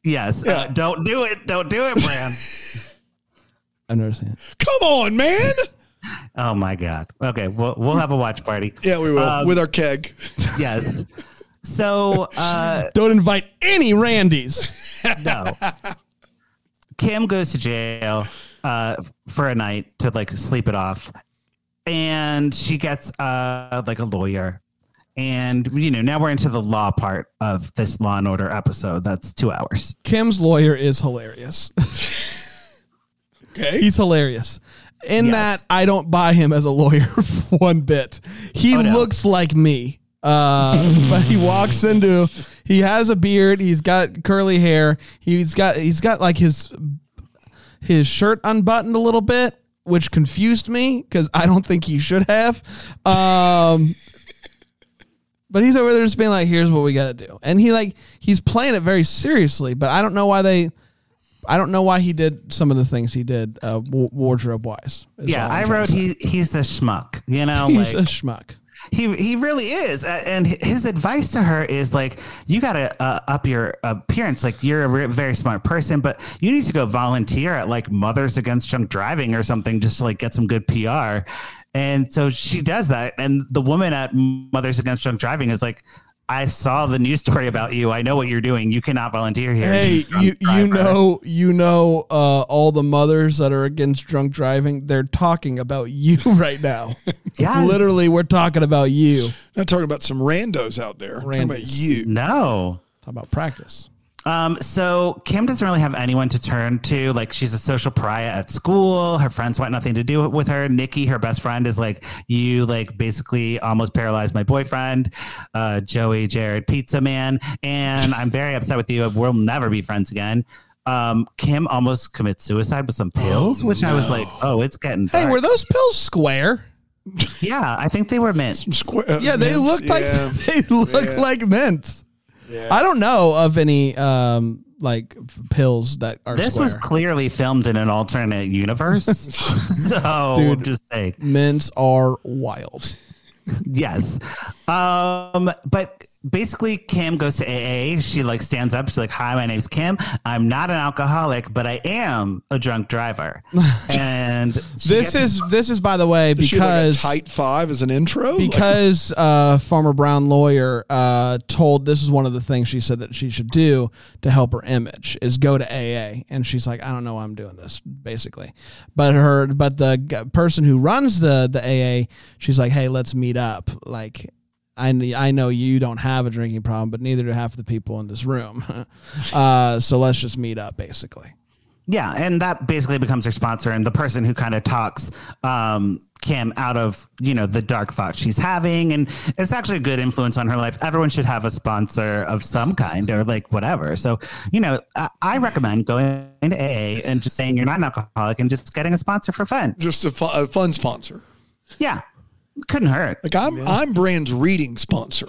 Yes, uh, don't do it. Don't do it, Bran.
I've never seen it.
Come on, man.
oh my God. Okay, we'll we'll have a watch party.
Yeah, we will
Um,
with our keg.
yes. So uh,
Don't invite any Randys.
no, Kim goes to jail uh, for a night to like sleep it off, and she gets uh, like a lawyer. And you know now we're into the law part of this Law and Order episode. That's two hours.
Kim's lawyer is hilarious.
Okay.
He's hilarious. In
Yes.
that, I don't buy him as a lawyer one bit. He
Oh, no.
looks like me. Uh, but he walks into. He has a beard. He's got curly hair. He's got. He's got like his his shirt unbuttoned a little bit, which confused me because I don't think he should have. Um, but he's over there just being like, "Here's what we got to do," and he like he's playing it very seriously. But I don't know why they, I don't know why he did some of the things he did uh, w- wardrobe wise.
Yeah, I wrote he he's a schmuck. You know,
He's
like
a schmuck.
he he really is A- and hi- his advice to her is like you got to uh, up your appearance like you're a re- very smart person but you need to go volunteer at like mothers against drunk driving or something just to like get some good pr and so she does that and the woman at mothers against drunk driving is like I saw the news story about you. I know what you're doing. You cannot volunteer here.
Hey, you you know you know uh, all the mothers that are against drunk driving. They're talking about you right now.
Yes.
Literally, we're talking about you.
Not talking about some randos out there. Talking about
Randos.
you.
no.
Talk about practice.
Um, so Kim doesn't really have anyone to turn to. Like she's a social pariah at school. Her friends want nothing to do with her. Nikki, her best friend, is like, you like basically almost paralyzed my boyfriend, uh, Joey, Jared, Pizza Man, and I'm very upset with you. We'll never be friends again. Um, Kim almost commits suicide with some pills, which I was like, oh, it's getting.
Hey,
dark.
Oh, were those pills square?
yeah, I think they were meant.
Square, uh,
Yeah, they
mints,
looked like
yeah,
they look
Yeah.
like mints.
yeah.
I don't know of any um like pills that are
This
square.
was clearly filmed in an alternate universe, so
Dude.
just saying.
mints are wild.
Yes. Um, but basically Kim goes to AA. She like stands up. She's like, "Hi, my name's Kim. I'm not an alcoholic, but I am a drunk driver." and
This
she gets-
is this is by the way
Is she like a
because
tight five as an intro? Like,
because uh, Farmer Brown lawyer uh, told this is one of the things she said that she should do to help her image is go to AA, and she's like, I don't know why I'm doing this, basically. But her, but the g- person who runs the the AA, she's like, hey, let's meet up. Like, I kn- I know you don't have a drinking problem, but neither do half the people in this room. uh, so let's just meet up, basically.
Yeah, and that basically becomes her sponsor and the person who kind of talks um, Kim out of you know the dark thoughts she's having, and it's actually a good influence on her life. Everyone should have a sponsor of some kind or like whatever. So you know, I, I recommend going to AA and just saying you're not an alcoholic and just getting a sponsor for fun.
just a, fu- a fun sponsor.
Yeah, couldn't hurt.
Like I'm, I'm Brand's reading sponsor.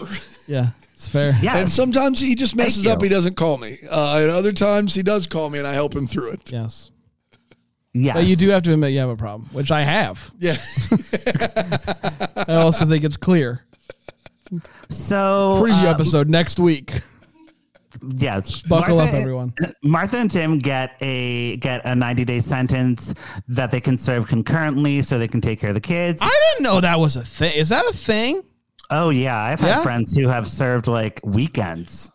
Yeah, it's fair.
Yeah,
And sometimes he just messes
Thank
up.
you.
He doesn't call me. Uh, and other times he does call me and I help him through it.
Yes.
yes.
But Uh, you do have to admit you have a problem, which I have.
Yeah.
I also think it's clear.
So
preview
uh,
episode next week.
Yes.
Buckle up, everyone.
Martha and Tim get a get a 90 day sentence that they can serve concurrently, so they can take care of the kids.
I didn't know that was a thing. Is that a thing?
oh yeah, I've had
Yeah?
friends who have served like weekends.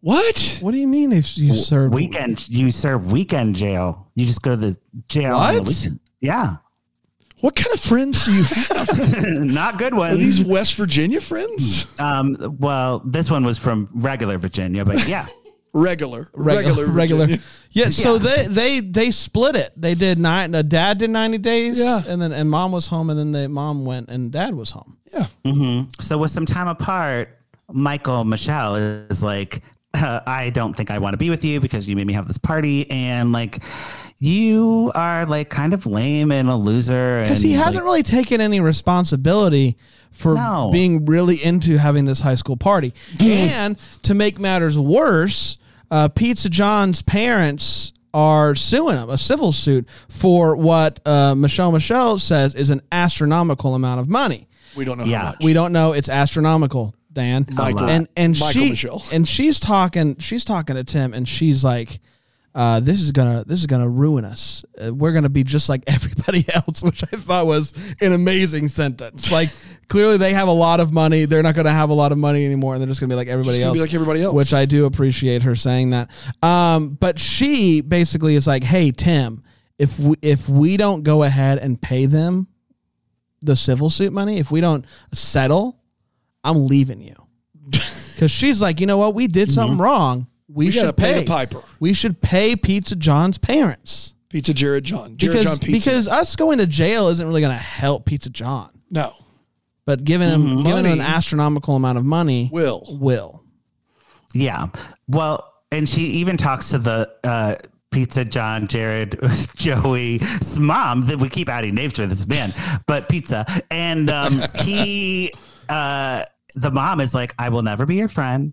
what?
What do you mean if you served?
Weekend, you serve weekend jail. You just go to the jail. on the
What?
weekend. yeah,
What kind of friends do you have?
not good
Are
ones.
these West Virginia friends?
um, well, this one was from regular Virginia, but yeah,
Regular.
regular, regular.
Virginia.
Yeah, so they they they split it. They did nine. The dad did ninety days,
Yeah.
and then and mom was home, and then the mom went, and dad was home.
Yeah.
So with some time apart, Michael Michelle is like, uh, I don't think I want to be with you because you made me have this party and like you are like kind of lame and a loser.
Because he hasn't really taken any responsibility for
No.
being really into having this high school party. and to make matters worse, uh, Pizza John's parents are suing him, a civil suit, for what uh, Michelle Michelle says is an astronomical amount of money.
We don't know
Yeah.
how much.
We don't know. It's astronomical, Dan.
Michael-
and and
Michael
she
Michelle.
and she's talking. She's talking to Tim, and she's like, uh, "This is gonna this is gonna ruin us. Uh, we're gonna be just like everybody else," which I thought was an amazing sentence. Like clearly they have a lot of money. They're not gonna have a lot of money anymore, and they're just gonna be like everybody
Just gonna
else.
be like everybody else.
Which I do appreciate her saying that. Um, but she basically is like, "Hey Tim, if we, if we don't go ahead and pay them." The civil suit money. If we don't settle, I'm leaving you. Because she's like, you know what? We did something wrong. We,
Mm-hmm. We gotta
should
pay
pay.
the piper.
We should pay Pizza John's parents
Pizza Jared John. Jared
because
John Pizza.
because us going to jail isn't really going to help Pizza John.
no.
But giving him giving him an
Mm-hmm. Money-
astronomical amount of money
Will.
will.
Yeah. Well, and she even talks to the uh, Pizza John, Jared, Joey's mom that we keep adding names to this man, but Pizza. And um, he, uh, the mom is like, I will never be your friend.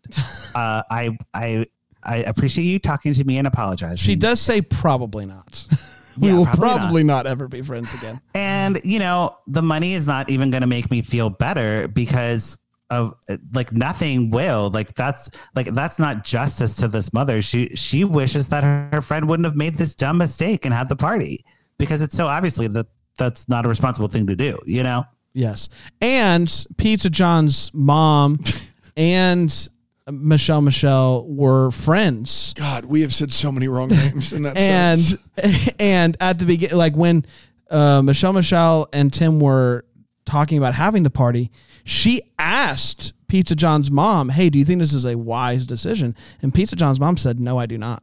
Uh, I, I, I appreciate you talking to me and apologizing.
She does say probably not. we
Yeah,
will
probably
probably,
not.
not. ever be friends again.
And you know, the money is not even going to make me feel better because of like nothing will. Like that's like that's not justice to this mother. She she wishes that her, her friend wouldn't have made this dumb mistake and had the party because it's so obviously that that's not a responsible thing to do. You know.
Yes, and Pizza John's mom and Michelle Michelle were friends.
God, we have said so many wrong names in that
and
sentence.
and at the beginning, like when uh, Michelle Michelle and Tim were talking about having the party, she asked Pizza John's mom, "Hey, do you think this is a wise decision?" And Pizza John's mom said, "No, I do not."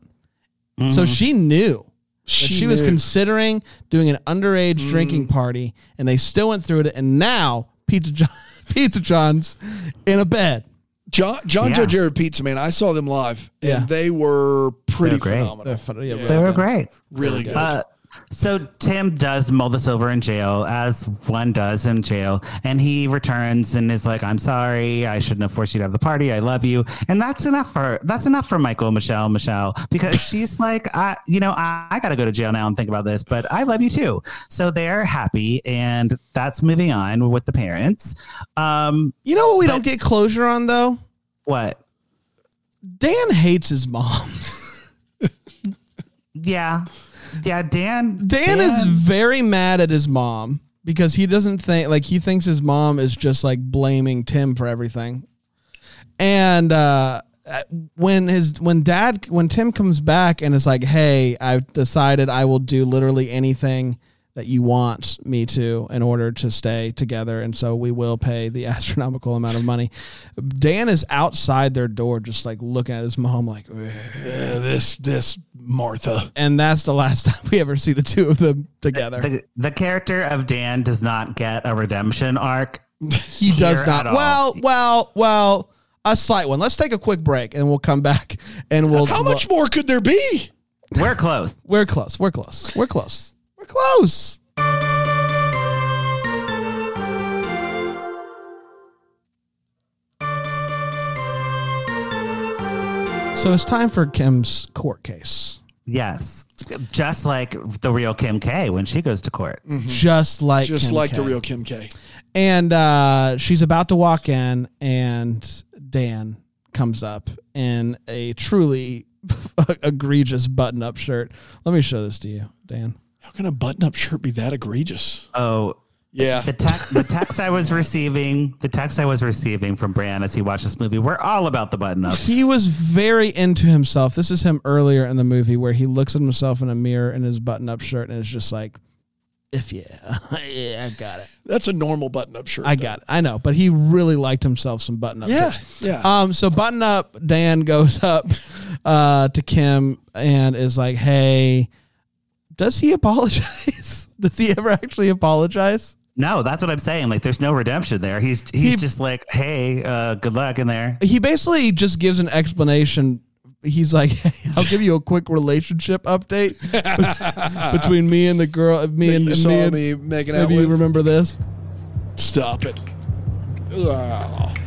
So she knew. Mm. That Mm-hmm. she, was
knew.
considering doing an underage drinking party, and they still went through it. And now Pizza John, Pizza John's in a bed.
John, John
Yeah.
Joe Jared Pizza, man, I saw them live and
Yeah.
they were pretty
They're great.
phenomenal.
They're fun- yeah,
They
really
were
good.
great.
really good.
Uh, so Tim does mull this over in jail, as one does in jail, and he returns and is like, "I'm sorry, I shouldn't have forced you to have the party. I love you," and that's enough for that's enough for Michael, Michelle, Michelle, because she's like, "I, you know, I, I got to go to jail now and think about this, but I love you too." So they're happy, and that's moving on with the parents. Um,
You know what we don't get closure on though
What?
Dan hates his mom.
Yeah. Yeah, Dan.
Dan is very mad at his mom because he doesn't think like he thinks his mom is just like blaming Tim for everything. And uh when his when dad when Tim comes back and is like, "Hey, I've decided I will do literally anything that you want me to in order to stay together and so we will pay the astronomical amount of money." Dan is outside their door just like looking at his mom like "Ugh."
Yeah, Uh, this this Martha.
and that's the last time we ever see the two of them together.
The, the character of Dan does not get a redemption arc.
He does
here
not.
at all.
Well, well, well, a slight one. Let's take a quick break and we'll come back and we'll.
How much more could there be?
We're close.
We're close. We're close. We're close. We're close. So it's time for Kim's court case.
Yes. Just like the real Kim K when she goes to court.
Mm. Just like
Mm-hmm. Just
Kim
like the
K.
real Kim K.
and uh, she's about to walk in, and Dan comes up in a truly egregious button-up shirt. Let me show this to you, Dan.
How can a button-up shirt be that egregious?
Oh,
Yeah.
the text the text I was receiving, the text I was receiving from Bran as he watched this movie, we're all about the button up.
He was very into himself. This is him earlier in the movie where he looks at himself in a mirror in his button-up shirt and is just like, "If yeah, yeah, I got it,
That's a normal button-up shirt.
I
though.
got it, I know." But he really liked himself some button-up.
Yeah.
shirts.
Yeah.
Um, so button up Dan goes up uh, to Kim and is like, "Hey, does he apologize? does he ever actually apologize?"
No, that's what I'm saying. Like there's no redemption there. He's he's
He-
just like, hey, uh, good luck in there.
He basically just gives an explanation. He's like, hey, "I'll give you a quick relationship update between me and the girl, me
Maybe
and,
you
and
saw
me, and-
me making out
maybe you
with.
remember this."
Stop it. Ugh.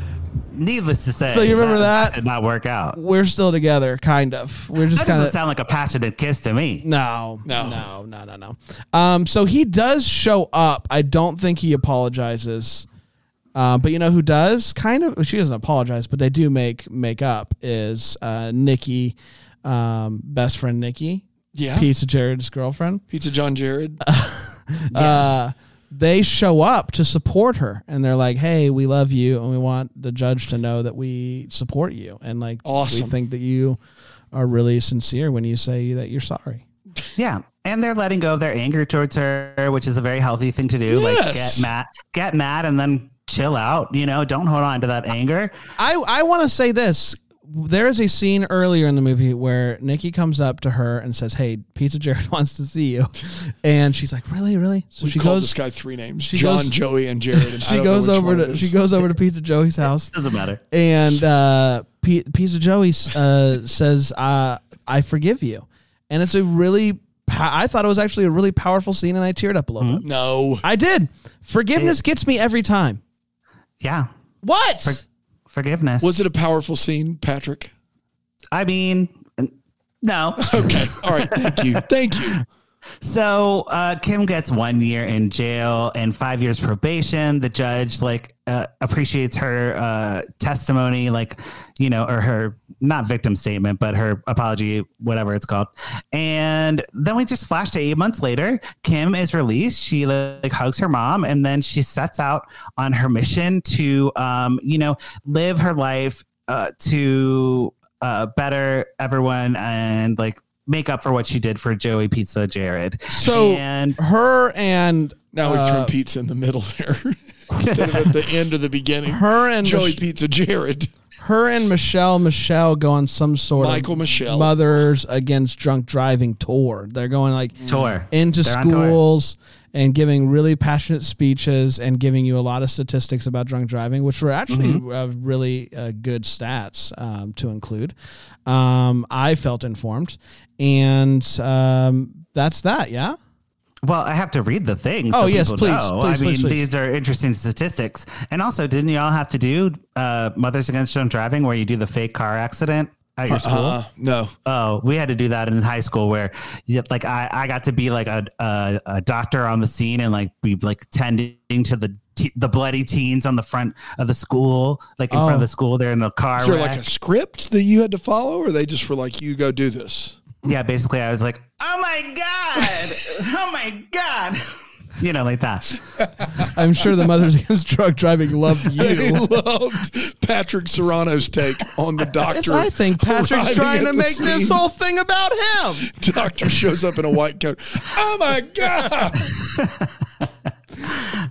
Needless to say,
So you remember that?
did not work out.
We're still together, kind of. We're just
That
kind of
doesn't sound like a passionate kiss to me.
No,
No.
no, no, no, no. Um, so he does show up. I don't think he apologizes. Uh, but you know who does? Kind of. She doesn't apologize, but they do make make up. Is uh, Nikki, um, best friend Nikki,
Yeah.
Pizza Jared's girlfriend.
Pizza John Jared.
Uh, they show up to support her, and they're like, "Hey, we love you, and we want the judge to know that we support you, and like
Awesome.
we think that you are really sincere when you say that you're sorry."
Yeah. And they're letting go of their anger towards her, which is a very healthy thing to do. Like
Yes.
get mad get mad and then chill out, you know, don't hold on to that anger.
I, I want to say this. There is a scene earlier in the movie where Nikki comes up to her and says, "Hey, Pizza Jared wants to see you," and she's like, "Really, really?" So
we
she
called
goes,
this guy three names:
she
John,
goes-
Joey, and Jared. And I
she
don't know
goes
which
over
one it
to
is.
she goes over to Pizza Joey's house,
Doesn't matter.
and uh, P- Pizza Joey uh, says, uh, "I forgive you," and it's a really. pow- I thought it was actually a really powerful scene, and I teared up a little
Mm-hmm.
bit.
No.
I did. Forgiveness gets me every time.
Yeah.
What?
Forgiveness.
Was it a powerful scene, Patrick?
I mean no.
Okay. All right. Thank you. Thank you.
So uh, Kim gets one year in jail and five years probation. The judge like uh, appreciates her uh, testimony, like you know, or her not victim statement, but her apology, whatever it's called. And then we just flash to eight months later. Kim is released. She like hugs her mom, and then she sets out on her mission to, um, you know, live her life uh, to uh, better everyone and like make up for what she did for Joey Pizza Jared.
so
and
her and
Now we
uh,
threw pizza in the middle there instead of at the end or the beginning.
her and
Joey
Mich-
Pizza Jared.
her and Michelle Michelle go on some sort
Michael
of
Michelle.
mothers against drunk driving tour. They're going like
tour
into
They're on tour.
schools and giving really passionate speeches and giving you a lot of statistics about drunk driving, which were actually
Mm-hmm.
uh, really uh, good stats um, to include. Um, I felt informed, and um, that's that. Yeah.
Well, I have to read the thing.
Oh,
so
yes,
people
please,
know.
please,
I mean,
please, please.
these are interesting statistics. And also, didn't y'all have to do uh, Mothers Against Drunk Driving, where you do the fake car accident at
Uh-huh.
your school?
Uh, no.
Oh, we had to do that in high school where, you- like, I, I got to be like a, a a doctor on the scene and like be like tending to the te- the bloody teens on the front of the school, like in
Oh.
front of the school. They're in the car.
Is there
wreck.
like a script that you had to follow, or they just were like, "You go do this"?
yeah, basically, I was like, oh my god, oh my god, you know, like that.
I'm sure the mothers against drug driving love
They
you.
loved Patrick Serrano's take on the
Yes,
doctor.
I think Patrick's
arriving
trying
at
to
the
make this
scene.
whole thing about him.
doctor shows up in a white coat. Oh my god!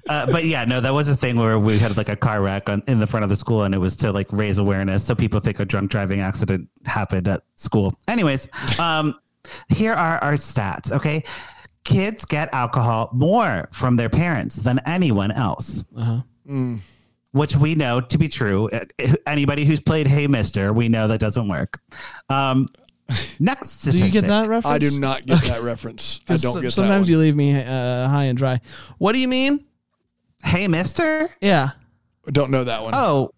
Uh, but yeah, no, that was a thing where we had like a car wreck on, in the front of the school, and it was to like raise awareness so people think a drunk driving accident happened at school. Anyways, um, here are our stats. Okay, kids get alcohol more from their parents than anyone else.
Uh-huh.
Which we know to be true. Uh, Anybody who's played Hey Mister, we know that doesn't work. Um, next,
Do you
statistic.
get that reference?
I do not get that reference. I don't get
Sometimes
that.
you leave me uh, high and dry. What do you mean?
Hey Mister.
Yeah.
You Uh, don't know that one.
Oh,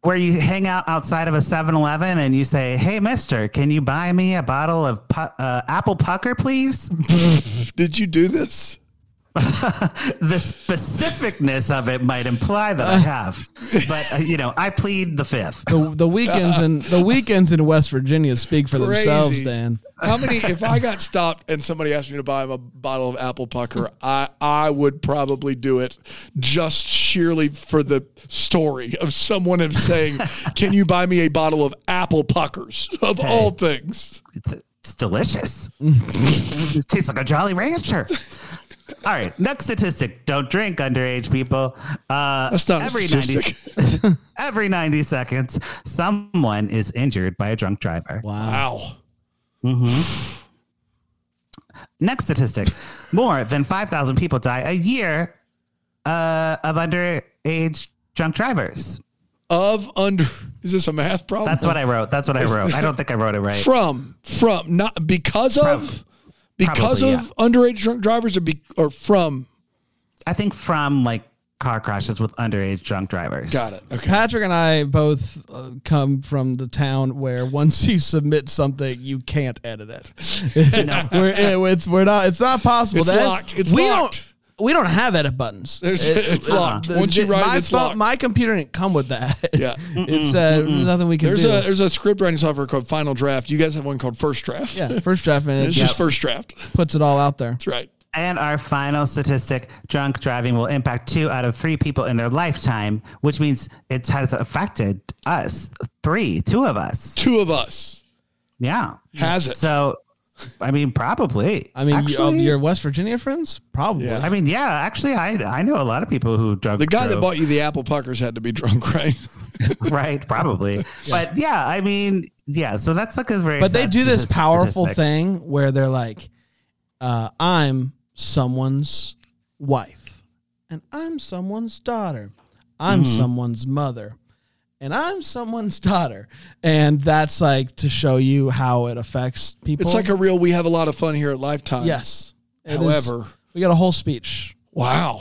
where you hang out outside of a 7 Eleven and you say, Hey, mister, can you buy me a bottle of pu- uh, apple pucker, please?
Did you do this?
the specificness of it might imply that
Uh.
I have. But, uh, you know, I plead the fifth.
The, the weekends in the weekends in West Virginia speak for themselves,
Crazy.
Dan.
How many? If I got stopped and somebody asked me to buy him a bottle of apple pucker, I I would probably do it just sheerly for the story of someone of saying, "Can you buy me a bottle of apple puckers?" Of all things,
It's delicious. it tastes like a Jolly Rancher. All right, next statistic: Don't drink underage people. Uh,
That's not a
every
statistic.
ninety every ninety seconds, someone is injured by a drunk driver.
wow.
Next statistic: More than five thousand people die a year uh, of underage drunk drivers.
Of under is this a math problem?
That's what I wrote. That's what I wrote. I don't think I wrote it right.
from from not because of because
Probably,
of underage drunk drivers or be, or from.
I think from like car crashes with underage drunk drivers.
Got it. Okay.
Patrick and I both uh, come from the town where once you submit something, you can't edit it. we're, eh, it's we're not. It's not possible.
It's
That-
locked. It's
we
locked.
Don't, we don't have edit buttons.
There's- it's locked. Once you write it,
uh, my
it's
phone-
locked.
my computer didn't come with that.
Yeah.
it's uh, nothing we can
There's
do.
a there's a script writing software called Final Draft. You guys have one called First Draft.
yeah, first draft and it
It's
just
just first draft.
puts it all out there.
That's right.
And our final statistic drunk driving will impact two out of three people in their lifetime, which means it has affected us three, two of us.
Two of us
Yeah.
has it.
So, I mean, probably.
I mean, you- of
Actually,
your West Virginia friends, probably.
Yeah.
I mean, yeah, actually, I I know a lot of people who drunk.
the guy that
drove,
bought you the apple puckers had to be drunk, right?
right, probably. But yeah, I mean, yeah. So that's like a very.
but they
sad
do this
statistic-
powerful
statistic.
thing where they're like, uh, "I'm someone's wife, and I'm someone's daughter, I'm
Mm-hmm.
someone's mother, and I'm someone's daughter," and that's like to show you how it affects people.
It's like a real. We have a lot of fun here at Lifetime.
yes. It is-
However-
we got a whole speech.
Wow.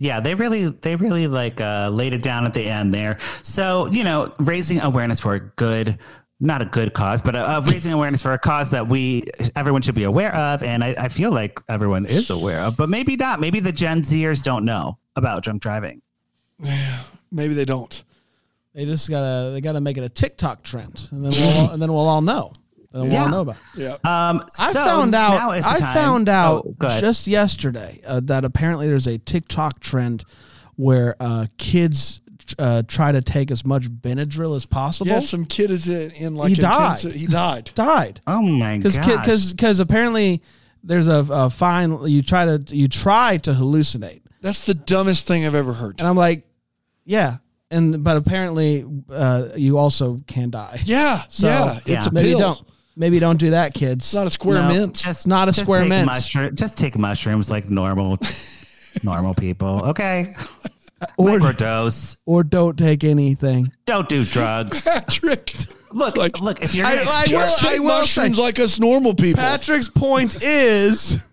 Yeah, they really they really like uh, laid it down at the end there. So you know, raising awareness for a good. Not a good cause, but uh, uh, raising awareness for a cause that we everyone should be aware of, and I, I feel like everyone is aware of, but maybe not. Maybe the Gen Zers don't know about drunk driving.
Maybe they don't.
They just gotta they gotta make it a TikTok trend, and then we'll all, and then we'll all know. Then we'll all
Yeah.
know about. it.
Yeah.
Um,
I
so
found out.
now is the
I
time-
found out
Oh, go ahead.
just yesterday uh, that apparently there's a TikTok trend where uh, kids uh, try to take as much Benadryl as possible.
yeah. Some kid is in, in like
He died.
intensive- He died.
died
oh my
because
god!
because apparently there's a, a fine. You try to you try to hallucinate,
That's the dumbest thing I've ever heard.
and I'm like, yeah, and but apparently uh, you also can die.
Yeah.
So,
yeah. It's
yeah.
a
maybe
pill.
don't maybe don't do that, kids.
It's not a square
No,
mint.
Just
not a
just
square
take
mint.
mushroom- just take mushrooms like normal, normal people. Okay,
or
overdose.
or don't take anything.
Don't do drugs.
Patrick.
Look,
Like-
look. If you're
I-
gonna
I
extract-
Just
will- I
take
will
mushrooms
say-
like us normal people.
Patrick's point is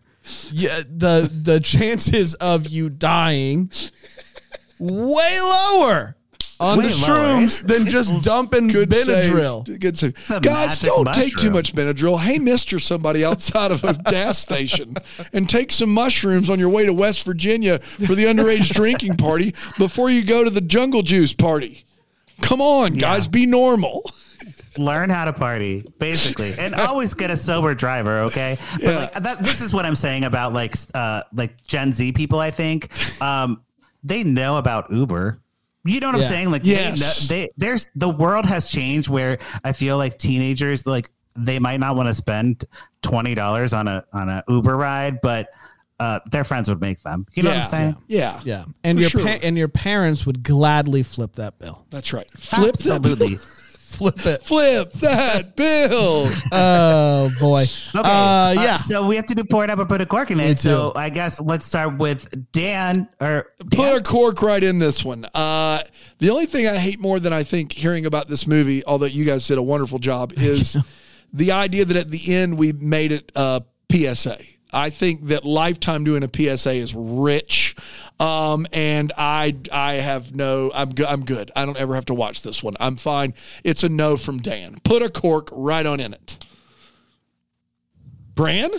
yeah, the the chances of you dying way lower on
Way
the
lower.
shrooms
It's-
than just dumping
Good
Benadryl.
save. Good save.
a magic
Guys, don't take too
mushroom.
much Benadryl. Hey, Mister, somebody outside of a gas station, and take some mushrooms on your way to West Virginia for the underage drinking party before you go to the jungle juice party. Come on, guys, be normal.
learn how to party basically and always get a sober driver okay but like that, this is what i'm saying about like uh like gen z people i think um they know about uber you know what
Yeah.
i'm saying like
Yes.
they know, they there's the world has changed where i feel like teenagers like they might not want to spend $20 on a on a uber ride but uh their friends would make them you know what i'm saying
Yeah,
Yeah, and
For
your
sure.
pa- and your parents would gladly flip that bill.
that's right. Flip that.
absolutely
Flip it.
Flip that bill.
oh boy.
Okay.
Uh,
uh,
yeah.
so we have to do pour it up or put a cork in it.
too.
So I guess let's start with Dan or
Put
Dan?
a cork right in this one. Uh, the only thing I hate more than I think hearing about this movie, although you guys did a wonderful job, is the idea that at the end we made it a PSA. I think that lifetime doing a PSA is rich, um, and I I have no I'm go- I'm good. I don't ever have to watch this one. I'm fine. It's a no from Dan. Put a cork right on in it. Bran,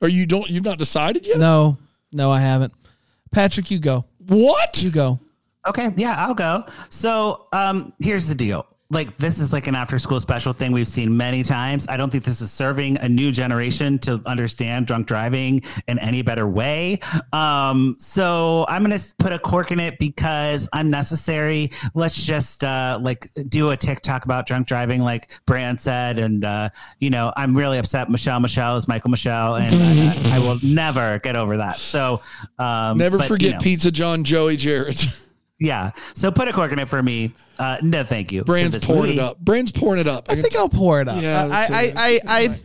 are you don't you've not decided yet?
No, no, I haven't. Patrick, you go.
What?
You go.
Okay, yeah, I'll go. So um, here's the deal. Like this is like an after school special thing we've seen many times. I don't think this is serving a new generation to understand drunk driving in any better way. Um, so I'm gonna put a cork in it because unnecessary. Let's just uh, like do a TikTok about drunk driving, like Brand said, and uh, you know I'm really upset. Michelle Michelle is Michael Michelle, and uh, I, I will never get over that. So um,
Never
but, you
forget
know.
Pizza John Joey Jarrett.
Yeah. So put a cork in it for me. Uh, no, thank you. to
Brand's
this
pouring it
movie.
up. Brand's pouring it up.
I think I'll pour it up.
Yeah, that's
I,
it.
I, I, I,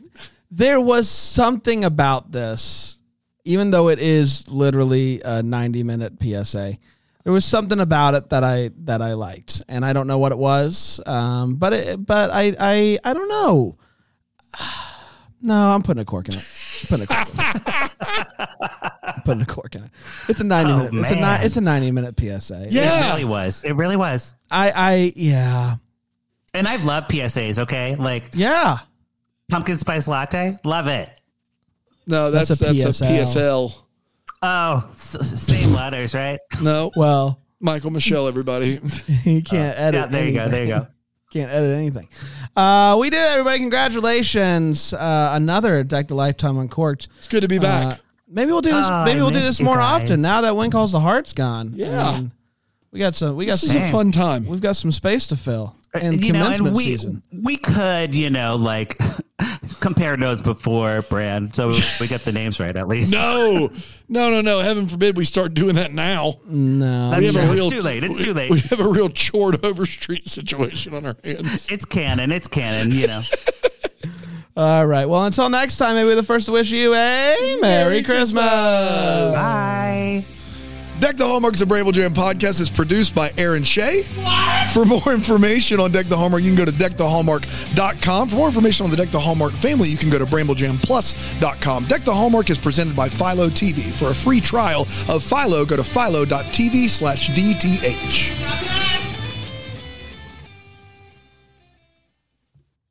there was something about this, even though it is literally a 90 minute PSA. There was something about it that I that I liked, and I don't know what it was. Um, but it, but I, I I don't know. No, I'm putting a cork in it. I'm putting a cork. In it. I'm putting a cork in it. It's a 90
Oh,
minute. It's a
man.
ni- it's a 90 minute PSA.
Yeah.
It really was. It really was.
I I yeah
And I love PSAs, okay? Like
yeah.
pumpkin spice latte, love it.
no, that's that's
That's
a,
a
PSL.
Oh, s- s- same letters, right?
No,
Well,
Michael Michelle, everybody.
you can't edit.
Uh, Yeah, there you
anything.
go. There you go.
Can't edit anything. Uh, we did, it, everybody. Congratulations. Uh, another Deck the Lifetime Uncorked.
It's good to be
Uh,
back.
maybe we'll do this.
Oh,
maybe
I
we'll do
missed
this
you
more
guys.
often. Now that When Calls the Heart's gone.
Yeah.
we got some. We got
this is
some.
a fun time.
We've got some space to fill. And
Uh, you know,
commencement
and we
season.
we could, you know, like compare notes before brand, so we get the names right at least.
No, no, no, no. Heaven forbid we start doing that now.
No.
That's
we have a
true.
real-
it's too late. It's too late.
We have a real chored over street situation on our hands.
it's canon. It's canon. You know.
All right. Well, until next time, maybe we're the first to wish you a Merry Christmas.
Bye.
Deck the Hallmarks of Bramble Jam podcast is produced by Aaron Shea. For more information on Deck the Hallmark, you can go to deckthehallmark.com. For more information on the Deck the Hallmark family, you can go to bramblejamplus.com. Deck the Hallmark is presented by Philo TV. For a free trial of Philo, go to philo.tv slash DTH.